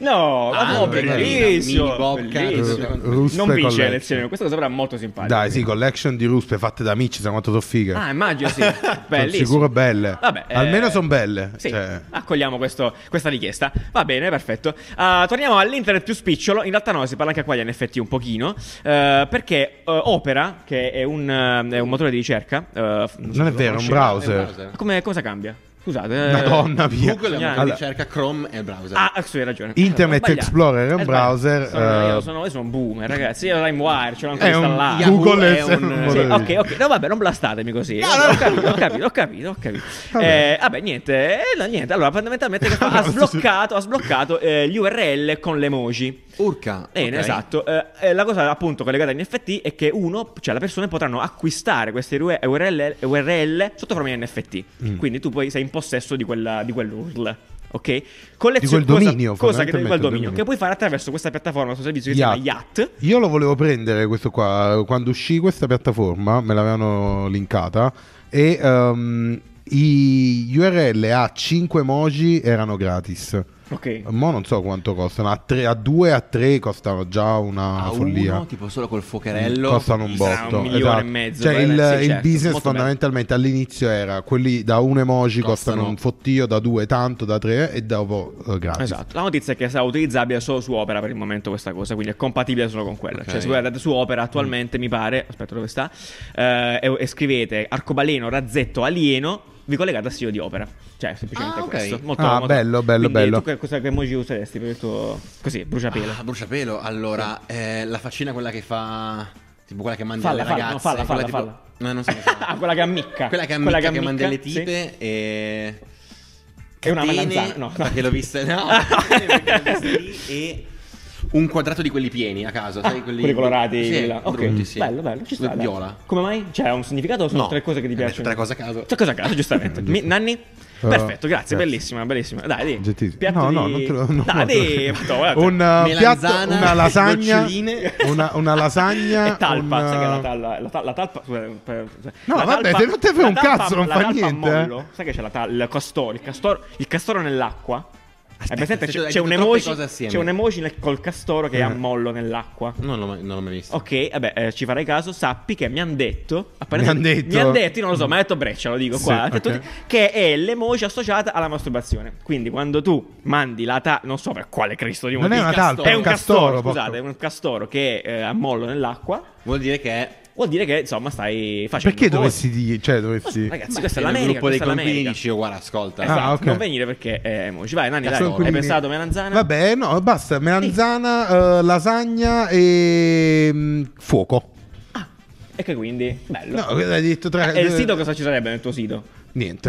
A: No,
C: Ah,
A: ma no,
C: no,
A: bellissimo.
C: mini Bobcat.
A: bellissimo.
C: Eh,
B: ruspe
A: Non vince le
B: collection.
A: elezioni. Questa cosa sarà molto simpatica.
B: Dai, sì, collection di ruspe fatte da amici, sai quanto sono fighe.
A: Ah, immagino sì.
B: Sono
A: Bellissimo.
B: sicuro belle.
A: Vabbè, eh,
B: Almeno sono belle.
A: Sì,
B: cioè.
A: accogliamo questo- questa richiesta. Va bene, perfetto. Ah, torniamo all'internet più spicciolo. In realtà no, si parla anche qua di NFT un pochino. eh, perché eh, Opera, che è un, eh, è un motore di ricerca... eh, non so se
B: Non è
A: lo
B: vero, è un
A: conosci.
B: browser.
A: Ma Come, cosa cambia? Scusate. eh,
B: Madonna mia.
C: Google è una cioè,
A: Allora-
C: ricerca, Chrome è il browser.
A: Ah, sì, hai ragione.
B: Internet
A: Ho sbagliato.
B: Explorer è un
A: Ho sbagliato.
B: browser,
A: Sono,
B: eh,
A: io, sono, io sono un boomer, ragazzi. Io LimeWire ce l'ho ancora
B: È un
A: installato.
C: Yahoo
B: Google
C: è
B: è sempre
C: un-
B: un
C: Sì,
A: Sì,
B: modello
A: ok,
B: di-
A: ok. No, vabbè, non blastatemi così. Ho capito, ho capito, ho capito. ho capito.
B: Vabbè.
A: Eh, vabbè, niente. eh, no, niente. Allora, fondamentalmente questo ha
B: Vabbè, sì.
A: sbloccato, ha sbloccato eh, gli URL con le emoji.
C: Urca.
A: Bene,
C: ok.
A: esatto. Eh, eh, la cosa appunto collegata agli NFT è che uno, cioè le persone potranno acquistare queste ru- URL, URL sotto forma di NFT.
B: Mm.
A: Quindi tu poi sei in possesso di, quella, di quell'URL. Ok? Collezio-
B: Di quel dominio,
A: cosa, cosa che, di
B: fondamentalmente,
A: quel
B: del
A: dominio,
B: dominio.
A: che puoi fare attraverso questa piattaforma, questo servizio che si chiama
B: Yacht.
A: Yacht.
B: Io lo volevo prendere questo qua quando uscì questa piattaforma, me l'avevano linkata e ehm, i URL a 5 emoji erano gratis.
A: Ok.
B: Mo non so quanto costano, a, 3, a 2 a 3 costano già una
C: A
B: Ah, follia.
C: uno, tipo solo col fuocherello.
B: costano un
A: sarà
B: botto
A: un milione
B: esatto.
A: e mezzo,
B: cioè il,
A: probabilmente, sì,
B: il
A: certo,
B: business
A: molto bello.
B: fondamentalmente all'inizio era quelli da un emoji
C: Costano.
B: costano, un fottio da due tanto da tre e dopo eh, gratis
A: Esatto. La notizia è che sarà utilizzabile solo su Opera per il momento questa cosa, quindi è compatibile solo con quella.
C: Ok.
A: Cioè, se voi andate su Opera
B: Mm.
A: attualmente, mi pare, aspetta dove sta, eh, e, e scrivete arcobaleno, razzetto, alieno, vi collegate al sito di Opera. Cioè, è semplicemente
C: Ah, ok.
A: questo.
B: Ah, bello, bello,
A: Quindi
B: bello.
A: Tu che, cosa, che emoji useresti per il tuo... così, bruciapelo?
C: Ah, bruciapelo. Allora, eh, la faccina quella che fa. Tipo quella che manda
A: Falla,
C: le
A: falla,
C: ragazze.
A: no, falla, falla,
C: quella tipo-
A: falla.
C: No, non so come si chiama.
A: Ah, quella che ammicca.
C: Quella che
A: Quella
C: ammicca, quella
A: che
C: che, manda le
A: ammicca, sì.
C: tipe e...
A: È una
C: Catene,
A: melanzana, no, no.
C: Perché l'ho vista... No, perché l'ho vista lì e... Un quadrato di quelli pieni a caso, sai?
A: Ah,
C: Quelli,
A: quelli colorati,
C: sì,
A: quella- ok.
C: brutti, sì.
A: bello, bello, ci sta, dai.
C: Viola.
A: Come mai? Cioè, ha un significato o sono
C: No,
A: tre cose che ti
C: hai detto
A: piacciono?
C: tre cose a caso.
A: Tre cose a caso, giustamente. Mi- Nanni?
B: Eh,
A: Perfetto, grazie,
B: grazie.
A: bellissima, bellissima. Dai, dì.
B: Gentilissimo.
A: Piatto
B: no no
A: di-
B: non te lo no,
A: Dai,
B: no,
A: dì,
B: no.
A: Madonna, guarda.
B: un eh, piatto
C: Melanzana,
B: una lasagna
C: noccioline.
B: una, una lasagna
A: E talpa,
B: un,
A: sai che la
B: eh,
A: talla, la, ta- la talpa... per- per-
B: No,
A: la
B: vabbè,
A: talpa-
B: se non te frega
A: la
B: un
A: talpa-
B: cazzo, non
A: la
B: fa
A: talpa a
B: niente, eh.
A: mollo. Sai che c'è la ta- il castoro, il castoro, il castoro nell'acqua.
C: Ah,
A: Hai presente?
C: se
A: C'è,
C: tu- hai
A: c'è un
C: detto troppe
A: emoji,
C: cose assieme.
A: c'è un emoji nel- col castoro che è a
B: Eh.
A: mollo nell'acqua.
C: Non l'ho mai, non l'ho mai visto.
A: Ok, vabbè, eh, ci farai caso, sappi che mi hanno detto,
B: Mi han
A: apparentemente,
B: detto.
A: mi han detto, io non lo so, ma ha detto Breccia, lo dico
B: Sì,
A: qua, ha detto
B: ok.
A: che è l'emoji associata alla masturbazione. Quindi quando tu mandi la ta non so per quale Cristo di
B: Non è
A: motivo-
B: una talpa,
A: è un castoro,
B: porco.
A: scusate, è un castoro che è eh, a mollo nell'acqua,
C: Vuol dire che è
A: vuol dire che insomma stai facendo
B: Perché
A: cose.
B: dovessi dire? Cioè, dovessi.
A: Ragazzi,
C: Ma
A: questa è
C: nel
A: l'America,
C: gruppo dei
A: questa è
C: conquini
A: l'America.
C: dici, guarda, ascolta.
A: Esatto,
B: Ah, ok.
A: non venire perché è emoji. Vai, Nani, dai,
C: Cazzo,
A: hai
B: quindi-
A: pensato melanzana?
B: Vabbè, no, basta. Melanzana, eh, lasagna e. mm, fuoco.
A: E che quindi, bello.
B: No, eh, hai detto tra.
A: e Eh, il sito cosa ci sarebbe nel tuo sito?
B: Niente.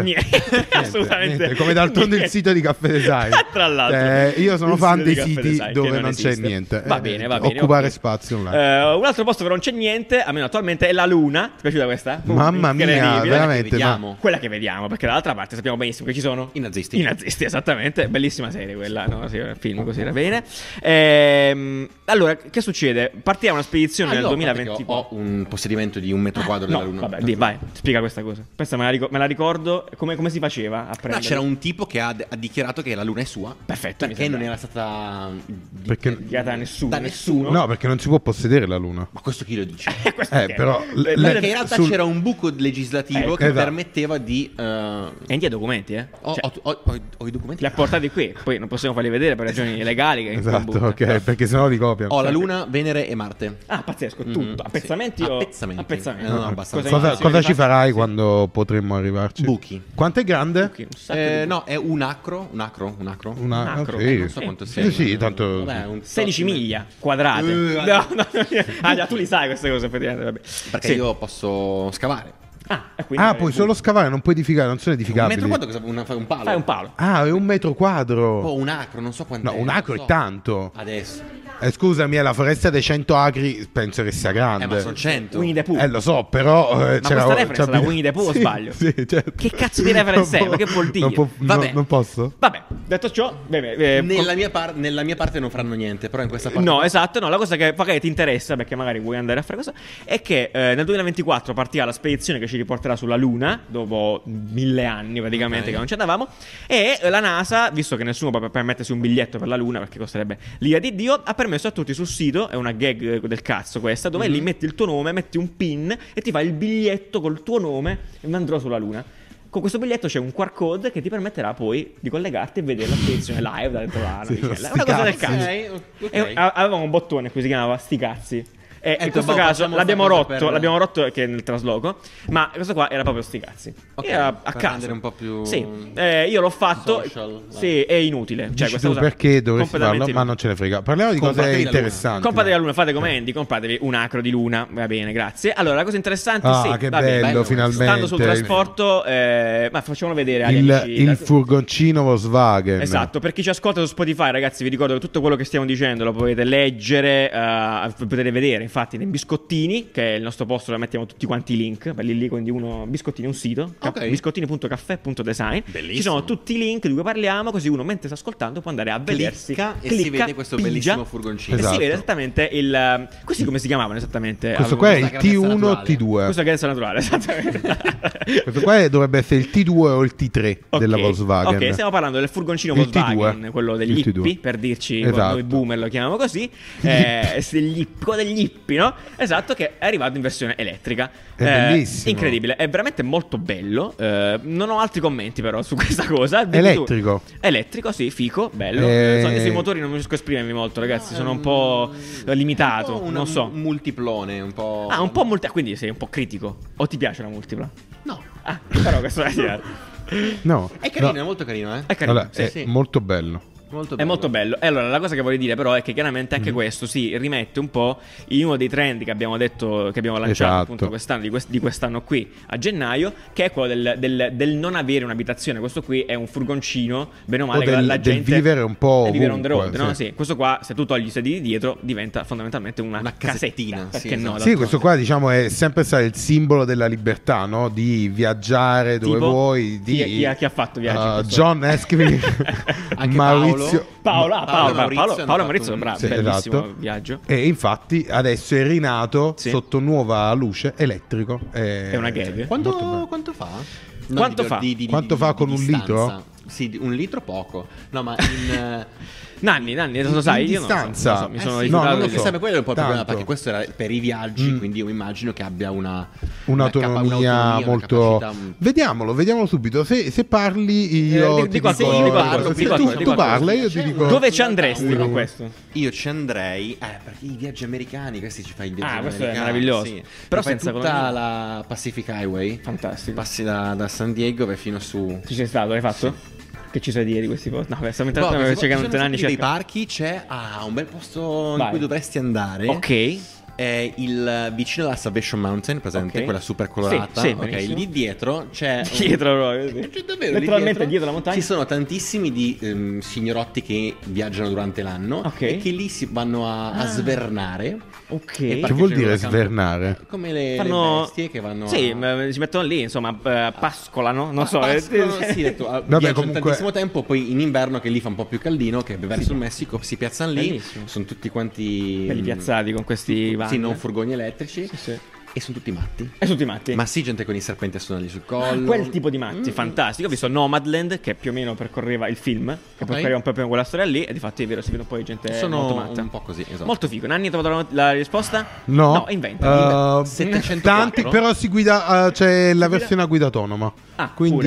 A: Niente, assolutamente.
B: niente. Come d'altronde
A: Niente.
B: il sito di Caffè Design.
A: Tra l'altro.
B: Eh, io sono
A: Il
B: fan
A: sito di
B: dei
A: Caffè
B: siti
A: Design,
B: dove
A: che
B: non, c'è
A: esiste.
B: niente.
A: Va
B: Eh,
A: bene, va bene.
B: Occupare
A: ok.
B: spazio online.
A: Eh, un altro posto dove non c'è niente, almeno attualmente, è la Luna. Ti è piaciuta questa?
B: Mamma mia,
A: Incredibile.
B: veramente.
C: vediamo.
B: Ma...
A: Quella che vediamo, perché dall'altra parte sappiamo benissimo che ci sono
C: I nazisti.
A: I nazisti, esattamente. Bellissima serie quella, no? Sì, era un film così era bene. Ehm, allora, che succede? Partirà una spedizione
C: Ah, io,
A: nel
C: a parte che
A: 2024.
C: Ho, ho un possedimento di un metro quadro della
A: Ah, No,
C: Luna.
A: vabbè, di, vai, spiega questa cosa. Questa me la, rico- me la ricordo. Come, come si faceva a
C: No,
A: prendere?
C: c'era un tipo che ha, ha dichiarato che la Luna è sua.
A: Perfetto, mi
C: Perché
A: sembra.
C: non era stata di-
B: Perché-
A: Dichiarata da nessuno.
C: Da nessuno.
B: No, perché non si può possedere la luna.
C: Ma questo chi lo dice?
A: Questo
B: Eh,
A: che-
B: però.
A: Beh,
B: le-
C: Perché in realtà
B: sul-
C: c'era un buco legislativo
A: Ecco.
C: che
B: Esatto.
C: permetteva di. eh,
A: E indietro i documenti, eh?
C: ho,
A: Cioè,
C: ho- ho- ho- ho i documenti.
A: li ha portati qui. Poi non possiamo farli vedere per ragioni legali. Che
B: Esatto,
A: butta.
B: ok, perché sennò li copiano.
C: Ho la Luna, Venere e Marte.
A: Ah, pazzesco, tutto.
C: Mm,
A: appezzamenti
C: sì.
A: o
C: Appezzamenti.
A: appezzamenti?
C: Eh, no,
A: Cosa
C: abbastanza.
B: Cosa,
A: immagini?
B: cosa ci farai quando potremmo arrivarci?
C: Buchi.
B: Quanto è grande?
A: Ok, un sacco
C: Eh,
A: di-
C: no, è un acro. Un acro? Un acro?
B: Una-
A: Un acro,
B: sì.
A: eh,
C: Non so quanto
B: Sì,
C: sia.
B: sì, tanto-
C: Vabbè, un
A: 16
C: tot-
A: miglia quadrate.
C: Eh,
A: no, no, no, ah, già, tu li sai queste cose, effettivamente. Vabbè.
C: Perché
A: Sì.
C: io posso scavare.
A: Ah, e quindi
B: Ah,
A: fai-
B: puoi solo scavare, non puoi edificare, non sono
C: Un
B: edificabili.
C: metro quadro cosa vuoi? Una- fai un palo?
A: Fai un palo.
B: Ah, è un metro quadro.
C: O un acro, non so quanto.
B: No, un acro è tanto.
C: Adesso.
B: Eh, scusami, è la foresta dei 100 acri penso che sia grande.
C: Eh, ma sono 100.
A: Winnie the Pooh.
B: Eh, lo so, però. eh,
A: Ma
B: c'era-
A: questa reference
B: c'era-
A: è da Winnie the Pooh o
B: Sì,
A: sbaglio?
B: sì, certo.
A: Che cazzo di reference
B: Non
A: è? Ma che
B: può-
A: vuol dire?
B: Non, può-
A: Vabbè. Cioè,
B: no- non posso?
A: Vabbè, detto ciò, bene, eh,
C: Nella mia, par- nella mia parte non faranno niente, però in questa parte.
A: No, esatto, no, la cosa che magari ti interessa, perché magari vuoi andare a fare cosa, è che eh, nel 2024 partirà la spedizione che ci riporterà sulla Luna, dopo mille anni praticamente
C: Ok.
A: che non ci andavamo, e eh, la NASA, visto che nessuno può permettersi un biglietto per la Luna, perché costerebbe l'ira di Dio, ha permesso a tutti sul sito, è una gag eh, del cazzo questa, dove
C: Mm-hmm.
A: lì metti il tuo nome, metti un pin e ti fa il biglietto col tuo nome e andrò sulla Luna. Con questo biglietto c'è un QR code che ti permetterà poi di collegarti e vedere la spedizione live da dentro la
B: Sì,
A: navicella.
B: sti
A: È una cosa del
B: cazzi.
A: cazzo.
C: Ok, ok.
A: E a- avevamo un bottone qui si chiamava Sti cazzi. E in
C: Ecco,
A: questo
C: boh,
A: caso
C: facciamo
A: l'abbiamo
C: sta cosa
A: rotto,
C: per-
A: l'abbiamo rotto che è nel trasloco, ma questo qua era proprio sti cazzi.
C: Ok,
A: Era a
C: per
A: caso.
C: rendere un po' più
A: Sì, eh, io l'ho fatto.
C: social,
A: sì, è inutile. Cioè,
B: Dici
A: questa
B: tu
A: cosa
B: perché dovresti
A: completamente
B: farlo? Ma non ce ne frega. Parliamo di cose
C: Compratevi la luna.
B: interessanti.
A: Comprate la luna, fate come Andy, compratevi un acro di luna, va bene, grazie. Allora, la cosa interessante,
B: Ah,
A: sì,
B: che
A: va bene.
B: bello,
C: bello,
B: finalmente.
A: Stando sul trasporto, eh, ma facciamolo vedere agli
B: Il,
A: amici.
B: il
A: da-
B: furgoncino
C: Eh,
B: Volkswagen.
A: Esatto, per chi ci ascolta su Spotify, ragazzi, vi ricordo che tutto quello che stiamo dicendo lo potete leggere, eh, potete vedere infatti nei biscottini, che è il nostro posto dove mettiamo tutti quanti i link, belli lì, quindi uno biscottini, un sito, ca-
C: Ok.
A: biscottini.caffè.design.
C: Bellissimo.
A: Ci sono tutti i link di cui parliamo, così uno mentre sta ascoltando può andare a vedersi.
C: Clicca e si vede questo bellissimo furgoncino.
A: E si
B: Esatto.
A: vede esattamente il... eh, Questi come si chiamavano esattamente?
B: Questo
A: Avevo-
B: qua è il
C: questa grandezza
B: T1
C: naturale.
B: T2.
A: Questo è il naturale, esattamente.
B: Questo qua è- dovrebbe essere il T2 o il T3
A: Ok,
B: della Volkswagen.
A: Ok, stiamo parlando del furgoncino
B: Il T2.
A: Volkswagen, quello degli
B: Il T2.
A: hippie, per dirci,
B: Esatto.
A: noi boomer lo chiamiamo così, eh, se gli hippie- quello degli hippie, no? Esatto, che è arrivato in versione elettrica. Eh,
B: È bellissimo.
A: Incredibile, è veramente molto bello, eh, non ho altri commenti però su questa cosa. Dimmi tu.
B: Elettrico.
A: Elettrico, sì, fico, bello.
B: Eh.
A: So che sui motori non riesco a esprimermi molto, ragazzi,
C: No,
A: sono un
C: ehm,
A: po'
B: Eh,
A: limitato,
C: un po' una-
A: non so.
C: Un multiplone, un po'.
A: Ah, un po' multi- quindi sei un po' critico, o ti piace la multipla?
C: No.
A: Ah, però questo è...
B: No,
C: È carino,
B: no.
C: è molto carino, eh.
A: È carino,
B: Allora,
A: sì,
B: è
A: sì.
B: molto bello.
C: Molto
A: È molto bello. E allora la cosa che vorrei dire però è che chiaramente
B: Mm-hmm.
A: anche questo si rimette un po' in uno dei trend che abbiamo detto, che abbiamo lanciato
B: Esatto.
A: appunto quest'anno, di, quest- di quest'anno qui a gennaio, che è quello del, del- del non avere un'abitazione. Questo qui è un furgoncino, bene o male,
B: O
A: che la-
B: del-
A: la
B: del
A: gente...
B: vivere un po'
A: è vivere on the road,
B: ovunque,
A: no?
B: sì.
A: Sì. Questo qua, se tu togli i sedili dietro, diventa fondamentalmente una,
C: Una casettina,
A: casetta,
C: sì,
A: perché no?
C: esatto.
B: Sì,
A: d'altronde.
B: questo qua diciamo è sempre stato il simbolo della libertà, no? Di viaggiare dove
A: Tipo?
B: vuoi. Di...
A: Chi- chi ha- chi ha fatto viaggi in
B: Uh,
A: questo-
B: John Escrivi,
C: Anche
B: Maurizio.
A: Paolo, ah, Paolo,
C: Paolo
A: Paolo,
C: Maurizio
A: Paolo,
C: hanno fatto
A: Maurizio,
C: un-
A: bravo,
B: Sì,
A: bellissimo
B: esatto.
A: viaggio.
B: E infatti adesso è rinato
A: Sì.
B: sotto nuova luce elettrico. cioè,
A: È una gag.
B: Molto bello.
C: Quanto, quanto fa?
A: Quanto fa?
B: Quanto fa con un
C: distanza.
B: litro?
C: Sì, di- un litro poco. No, ma in... eh,
A: Nanni, Nanni, lo sai,
B: In
A: io non-
B: distanza.
A: non so, mi
B: Eh
A: sono
B: sì.
A: rifiutato
B: No, non lo
A: di-
B: so.
C: Chissà, per quello è un po' il problema,
B: Tanto.
C: perché questo era per i viaggi,
B: Mm.
C: quindi io immagino che abbia una... una capa-
B: Un'autonomia
C: un'autonomia, una
B: molto.
C: capacità, un-
B: Vediamolo, vediamolo subito. Se, se parli,
A: Eh,
B: io.
A: di-
B: ti
A: di qualcosa,
B: dico-
A: di qualcosa,
B: se
A: di
B: tu-
A: qualcosa,
B: tu,
A: di qualcosa.
B: parli, io ti
C: C'è
B: dico.
C: una-
A: Dove ci andresti
C: Sì.
A: con questo?
C: Io ci andrei, eh, perché i viaggi americani, questi ci fai in viaggio
A: Ah, questo è
C: americano.
A: meraviglioso.
C: sì.
A: Però
C: Ti fai
A: senza
C: tutta
A: economia.
C: la Pacific Highway.
A: Fantastico.
C: Passi da, da San Diego vai fino su.
A: Ci sei stato, l'hai fatto? Che ci sai dire di questi posti? No, beh, stiamo
C: Boh,
A: intanto
C: ci sono- ci sono
A: cercando
C: un
A: Nanni
C: sacco di bei
A: cerca.
C: parchi c'è ah, un bel posto in
A: Vai.
C: cui dovresti andare.
A: Ok.
C: È il vicino alla Salvation Mountain, presente,
A: Ok.
C: quella super colorata.
A: Sì, sì,
C: ok,
A: benissimo.
C: lì dietro c'è. un-
A: Dietro proprio. sì.
C: Eh, c'è davvero lì
A: Letteralmente dietro la montagna.
C: Ci sono tantissimi di ehm, signorotti che viaggiano durante l'anno
A: Ok. Ah.
C: e che lì si vanno a, a svernare.
A: Ok.
C: E
B: Che
C: parchi
B: vuol
C: c'è
B: dire
C: una camp-
B: svernare?
C: Come le, le
A: Fanno-
C: bestie che vanno
A: Sì,
C: a... Ah.
A: ma si mettono lì, insomma, eh, pascolano, non so. eh,
C: Pascolano, sì, detto, ah, viaggiano
B: comunque-
C: tantissimo tempo, poi in inverno che lì fa un po' più caldino, che verso il Messico si piazzano lì,
A: Bellissimo.
C: sono tutti quanti... mm,
A: Belli piazzati con questi van.
C: Sì, non furgoni elettrici,
A: Sì, sì.
C: e sono tutti matti.
A: E tutti matti.
C: Ma sì, gente con i serpenti a suonargli sul
A: Ah,
C: collo.
A: Quel tipo di matti,
C: Mm.
A: fantastico. Ho visto Nomadland, che più o meno percorreva il film, che percorreva un po' più quella storia lì, e di fatto è vero, si vedono poi gente eh, molto
C: Sono
A: matta.
C: un po' così, esatto.
A: Molto figo. Nanni, hai trovato la, la risposta?
B: No,
A: inventa.
B: Eh,
C: 704.
B: tanti, però si guida. eh, c'è la versione a guida autonoma.
A: Ah,
B: quindi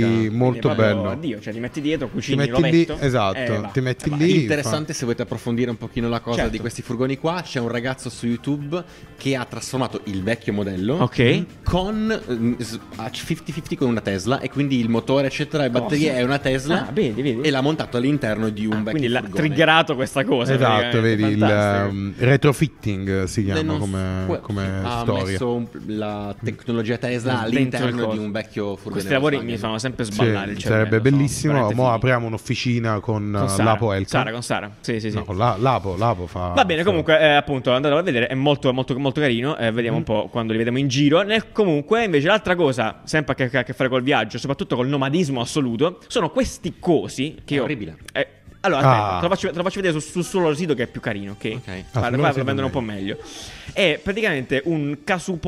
A: pure. Urca. Quindi
B: molto
A: è proprio-
B: bello.
A: Addio, cioè ti metti dietro,
B: Ti
A: cucini,
B: metti lì,
A: l'ovetto, e va.
B: esatto. Ti metti
A: E vai.
B: lì.
C: Interessante se volete approfondire un pochino la cosa
A: Certo.
C: di questi furgoni qua, c'è un ragazzo su YouTube che ha trasformato il vecchio modello
A: Ok.
C: con ehm, s- a 50-50 con una Tesla e quindi il motore eccetera e batteria è una Tesla
A: Ah, vedi, vedi.
C: e l'ha montato all'interno di un
A: Ah,
C: vecchio
A: quindi l'ha
C: furgone.
A: triggerato questa
B: fa.
A: cosa.
B: Esatto,
A: praticamente.
B: vedi il
A: Fantastico.
B: ehm, retrofitting si
C: Eh,
B: chiama
C: non-
B: come,
C: que-
B: come
C: ha
B: storia.
C: messo un- la tecnologia Tesla
A: Dentro il
C: all'interno di
A: coso.
C: un vecchio furgone
A: Questi lavori mi
C: Volkswagen.
A: fanno sempre
B: Sì,
A: sballare. il cervello,
B: sarebbe
A: sono
B: bellissimo.
A: veramente
B: Mo'
A: fighi.
B: apriamo un'officina con,
A: con
B: eh,
A: Sara,
B: Lapo Elka.
A: Sara, con Sara. Sì, sì, sì.
B: No, con la- Lapo, Lapo fa.
A: Va bene,
B: fa-
A: comunque, eh, appunto, andatelo a vedere, è molto, molto, molto carino. eh, vediamo
B: Mm.
A: un po' quando li vediamo in giro. Nel- comunque, invece, l'altra cosa, sempre a che, a che fare col viaggio, soprattutto col nomadismo assoluto, sono questi cosi che
C: È
A: io.
C: orribile.
A: Eh, allora, aspetta,
B: Ah.
A: te, lo faccio, te lo faccio vedere su, su- sul loro sito che è più carino. Ok,
C: Ah,
A: Guarda,
B: sul loro
A: qua
B: sito
A: lo vendono un po'
B: meglio.
A: meglio. È praticamente un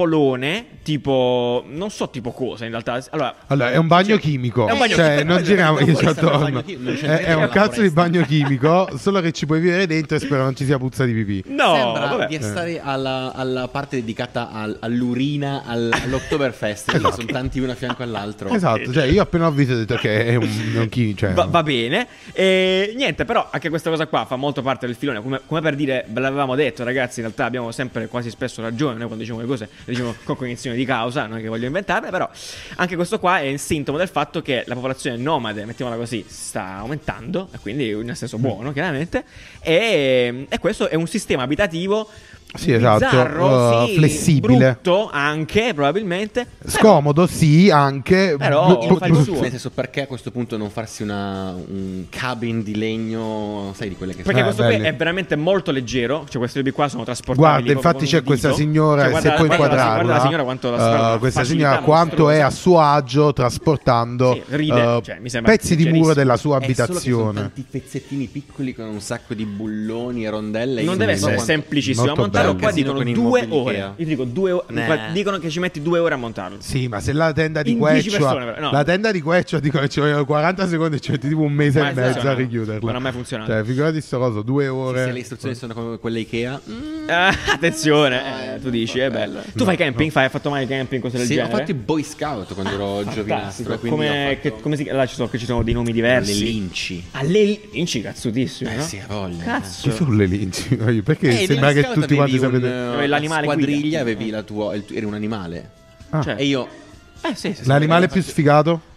A: casupolone, tipo. Non so tipo cosa in realtà. Allora,
B: Allora, è un bagno chimico.
A: è un bagno
B: cioè,
A: chimico.
B: non giriamo
C: Non
B: che
C: può
B: c'è
C: essere un bagno
B: attorno.
C: chimico, non c'entra
B: È,
C: niente
B: è un
C: con la
B: cazzo di
C: foresta.
B: bagno chimico, solo che ci puoi vivere dentro e spero non ci sia puzza di pipì.
A: no,
C: Sembra
A: vabbè. Eh.
C: di stare alla, alla parte dedicata al- all'urina al- all'Oktoberfest. perché Sono tanti uno a fianco all'altro.
B: Esatto, cioè io appena ho visto ho detto che è un, non chi, cioè,
A: Va, va bene, e niente, però anche questa cosa qua fa molto parte del filone. Come, come per dire, ve l'avevamo detto, ragazzi. In realtà abbiamo sempre quasi spesso ragione. Noi quando diciamo le cose, le diciamo con cognizione di causa. Non è che voglio inventarle, però anche questo qua è il sintomo del fatto che la popolazione nomade, mettiamola così, sta aumentando. E quindi, nel senso
B: Mm.
A: buono, chiaramente. E, e questo è un sistema abitativo.
B: Sì, esatto,
A: bizzarro,
B: eh,
A: sì,
B: flessibile.
A: brutto anche probabilmente però-
B: scomodo, sì, anche
A: Però
B: bu- bu-
A: fa il
B: bu-
A: suo.
C: Nel senso, perché a questo punto non farsi una, un cabin di legno, sai, di quelle che
A: Perché
B: Eh,
A: questo qui
B: belli.
A: è veramente molto leggero. Cioè, questi tubi qua sono trasportabili.
B: Guarda,
A: con- con
B: infatti
A: un
B: c'è questa
A: dito.
B: signora,
A: Cioè, guarda-
B: se puoi
A: guarda la-
B: inquadrarla,
A: Guarda la signora quanto la
B: eh,
A: strada.
B: questa signora quanto è a suo agio trasportando
A: Sì, ride,
B: eh,
A: cioè, mi sembra
B: pezzi di muro
A: leggerissimo.
B: della sua
C: È solo che sono
B: abitazione.
C: tanti pezzettini piccoli con un sacco di bulloni e rondelle.
A: Non
C: Io
A: deve
C: so
A: essere
C: quanto-
A: semplicissimo
B: Molto
A: a montarlo.
B: bello.
A: Qua
C: Casino
A: dicono
C: con i
A: due
C: mobili
A: ore.
C: Ikea.
A: Io dico due ore.
C: Nah.
A: qua Dicono che ci metti due ore a montarlo.
B: Sì, ma se la tenda di
A: In 10
B: Queccia,
A: persone, però, no.
B: la tenda di Queccia dicono che ci vogliono 40 secondi, ci metti tipo un mese
A: Ma
B: e
A: sì,
B: mezzo
A: sì,
B: a
A: no.
B: richiuderla.
A: Ma non ha mai funzionato.
B: Cioè, figurati sto coso, due ore.
C: Se le istruzioni sono come quelle Ikea, mm,
A: Ah, attenzione, eh, tu dici, è bello. Tu fai camping? Fai, hai fatto mai camping? Cose del
C: sì, ho
A: genere?
C: fatto i Boy Scout quando ero
A: Fantastico.
C: giovinastro. quindi ho
A: Come,
C: fatto
A: che, come si chiama? Là ci sono, che ci sono dei nomi
C: le
A: diversi.
C: linci.
A: Alle linci, cazzutissimo.
C: Eh
A: no?
C: sì, ha voglia.
B: Chi
A: Cazzo.
B: sono le linci? Voglio- Perché
C: Eh,
B: sembra
C: in
B: che
C: Boy Scout
B: tutti quanti
C: avevi un,
B: sapete.
C: eh,
A: Avevi l'animale guida.
C: squadriglia, avevi la tua, il tuo- eri un animale.
B: Ah.
A: Cioè,
C: E io
A: eh, sì, sì, sì.
B: L'animale più sfigato?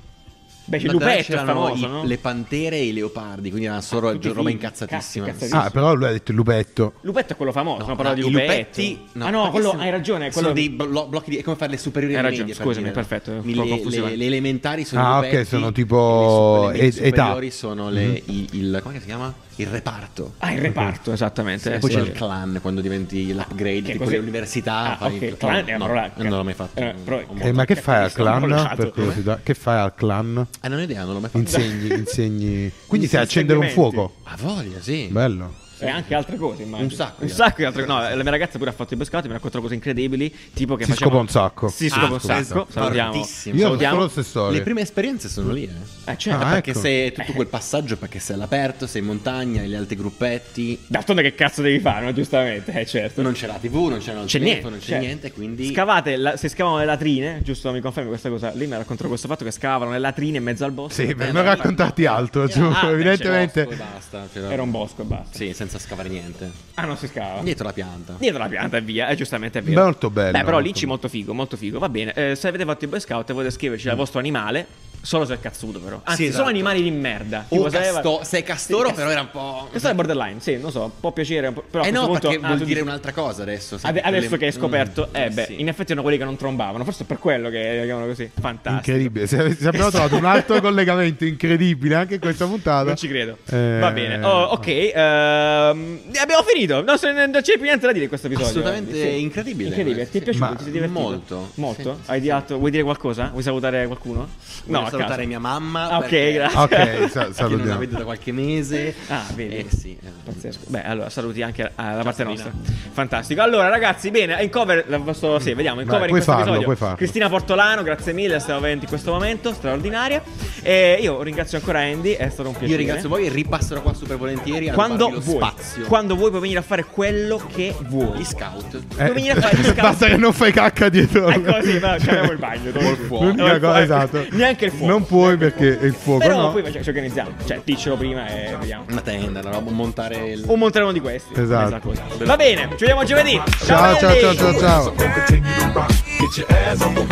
A: Beh, c'è
C: ma
A: il
C: da
A: lupetto è
C: c'erano
A: famoso,
C: i-
A: no? Ah,
C: le pantere e i leopardi, quindi era solo
A: tutti
C: roba
A: fighi.
C: incazzatissima.
A: Cazzi, cazzatissimi.
B: Ah, però lui ha detto il lupetto.
A: Lupetto è quello famoso,
C: No,
A: no, parla
C: no,
A: di
C: i
A: lupetto.
C: lupetti-
A: ah no,
C: perché
A: quello,
C: sono-
A: hai ragione, quello...
C: Sono dei blo- blocchi di. È come fare le superiori
A: Hai
C: alle
A: ragione,
C: medie, per
A: scusami,
C: dire.
A: perfetto, è un
C: Mi-
A: po'
C: le,
A: confusione.
C: le- le elementari sono
B: Ah,
C: i
B: ok,
C: lupetti,
B: sono tipo ed-
C: e le, sup- le medie
B: età. Mm-hmm.
C: superiori sono le, i- il, come si chiama? Il reparto.
A: Ah, il reparto,
C: Mm.
A: esattamente.
C: e
A: eh,
C: poi
A: sì.
C: c'è il clan quando diventi l'upgrade,
A: Che
C: tipo
A: cos'è?
C: l'università.
A: Ah,
C: fai
A: ok,
C: il
A: clan è una
C: no,
A: roba-
C: non l'ho mai fatto.
A: Eh, però-
C: Ho molto-
B: Eh, ma che fai al
A: Sono
B: clan?
A: mollato.
B: Per curiosità, che fai al clan?
C: Ah, non ho idea, non l'ho mai fatto.
B: Insegni, insegni. Quindi
A: Sì,
B: sai accendere un
A: insegnamenti.
B: fuoco.
C: A voglia, sì.
B: Bello.
A: Eh, E anche altre cose, immagino.
C: Un sacco di
A: Un sacco di altre cose. No, la mia ragazza pure ha fatto i pescati, mi ha raccontato cose incredibili. Tipo che
B: Si
A: faceva-
B: scopa un sacco.
A: Si
B: Ah,
A: scopa un
B: scusa.
A: sacco. Salutiamo.
C: Fortissimo.
B: Io ho
A: Salutiamo.
B: solo le stesse storie.
C: Le prime esperienze sono lì, eh.
A: Eh, certo.
B: Ah,
C: perché
B: ecco.
C: sei tutto quel passaggio, perché sei all'aperto, sei in montagna, hai gli altri gruppetti,
A: D'altronde che cazzo devi fare, no? Giustamente, eh, certo.
C: non c'è la tv, non c'è, il
A: c'è niente,
C: telefono, non c'è
A: cioè,
C: niente, quindi...
A: Scavate, la- se scavano le latrine, giusto, mi confermi questa cosa, lì mi ha raccontato questo fatto che scavano le latrine in mezzo al bosco.
B: Sì, per
C: Eh,
B: non
C: no,
B: raccontarti altro,
A: eh,
B: giù,
A: ah, beh,
B: evidentemente.
C: Bosco e basta, cioè,
A: Era un bosco e basta.
C: Sì, senza scavare niente.
A: Ah, non si scava.
C: Dietro la pianta.
A: Dietro la pianta e via, eh, giustamente è vero.
B: Molto bello,
A: Beh, però
B: molto
A: Linci molto figo, molto figo. Va bene. Eh, se avete fatto i Boy Scout e volete scriverci il vostro animale, solo se è cazzudo, però. Anzi,
C: Sì, esatto.
A: sono animali di merda.
C: O
A: Tipo, se aveva-
C: casto- sei castoro,
A: Sì,
C: però era un po'...
A: Questo è borderline, sì, non so, può piacere, un po'- però a
C: eh no,
A: questo punto,
C: perché
A: ah,
C: vuol
A: tu
C: dire
A: dici-
C: un'altra cosa adesso. sai,
A: Ade-
C: perché
A: adesso
C: le-
A: che hai scoperto,
C: Mm,
A: eh beh,
C: sì.
A: in effetti erano quelli che non trombavano, forse è per quello che li chiamano così. Fantastico.
B: Incredibile, se, se abbiamo trovato un altro collegamento incredibile anche in questa puntata.
A: Non ci credo.
B: Eh,
A: Va bene. Oh, ok. ehm, abbiamo finito. Non, se- non c'è più niente da dire in questo episodio.
C: Assolutamente
A: Quindi,
C: incredibile.
A: Incredibile. Ti è
C: Sì.
A: piaciuto?
B: Ma
A: Ti sei divertito?
C: molto.
A: Molto?
C: Sì, sì,
A: Hai dato- Vuoi dire qualcosa? Vuoi salutare qualcuno?
C: Voglio
A: a
C: salutare
A: caso.
C: mia mamma.
A: Ah, ok,
C: perché-
A: grazie.
B: Ok, sa-
C: Che non la
B: cioè, salutiamo.
C: vedo da qualche mese.
A: Ah, vedi.
C: Eh sì. eh.
A: Pazzesco. Beh, allora saluti anche alla parte
C: Sabrina.
A: nostra. Fantastico. Allora, ragazzi, bene, in cover. la vostra- sì, vediamo. In
B: Vai,
A: cover in
B: Mm. puoi
A: questo
B: farlo,
A: episodio.
B: puoi farlo.
A: Cristina Portolano, grazie mille, stiamo avendo in questo momento, straordinaria. E io ringrazio ancora Andy, è stato un piacere. eh.
C: Io ringrazio voi e ripasserò qua super volentieri. a
A: Quando
C: rubarvi lo
A: vuoi,
C: spazio.
A: quando vuoi puoi venire a fare quello che
C: Gli
A: vuoi.
C: scout.
B: Eh,
A: Puoi venire a fare gli scavi.
B: Basta che non fai cacca dietro. Cioè,
A: È Eh, così, ma ci abbiamo il bagno. dove-
C: Col fuoco.
B: L'unica
A: Eh,
B: cosa,
A: eh,
B: esatto.
A: Neanche il fuoco.
B: Non puoi perché il fuoco
A: Però
B: no.
A: poi ci ci organizziamo. Cioè, diccelo prima e vediamo.
C: Una tenda, una roba, montare il...
A: O montare uno di questi.
B: Esatto.
A: Questa cosa. Va bene, ci vediamo giovedì.
B: Ciao, ciao,
A: belli!
B: ciao, ciao, ciao.
D: So come take you to rock, get your ass on the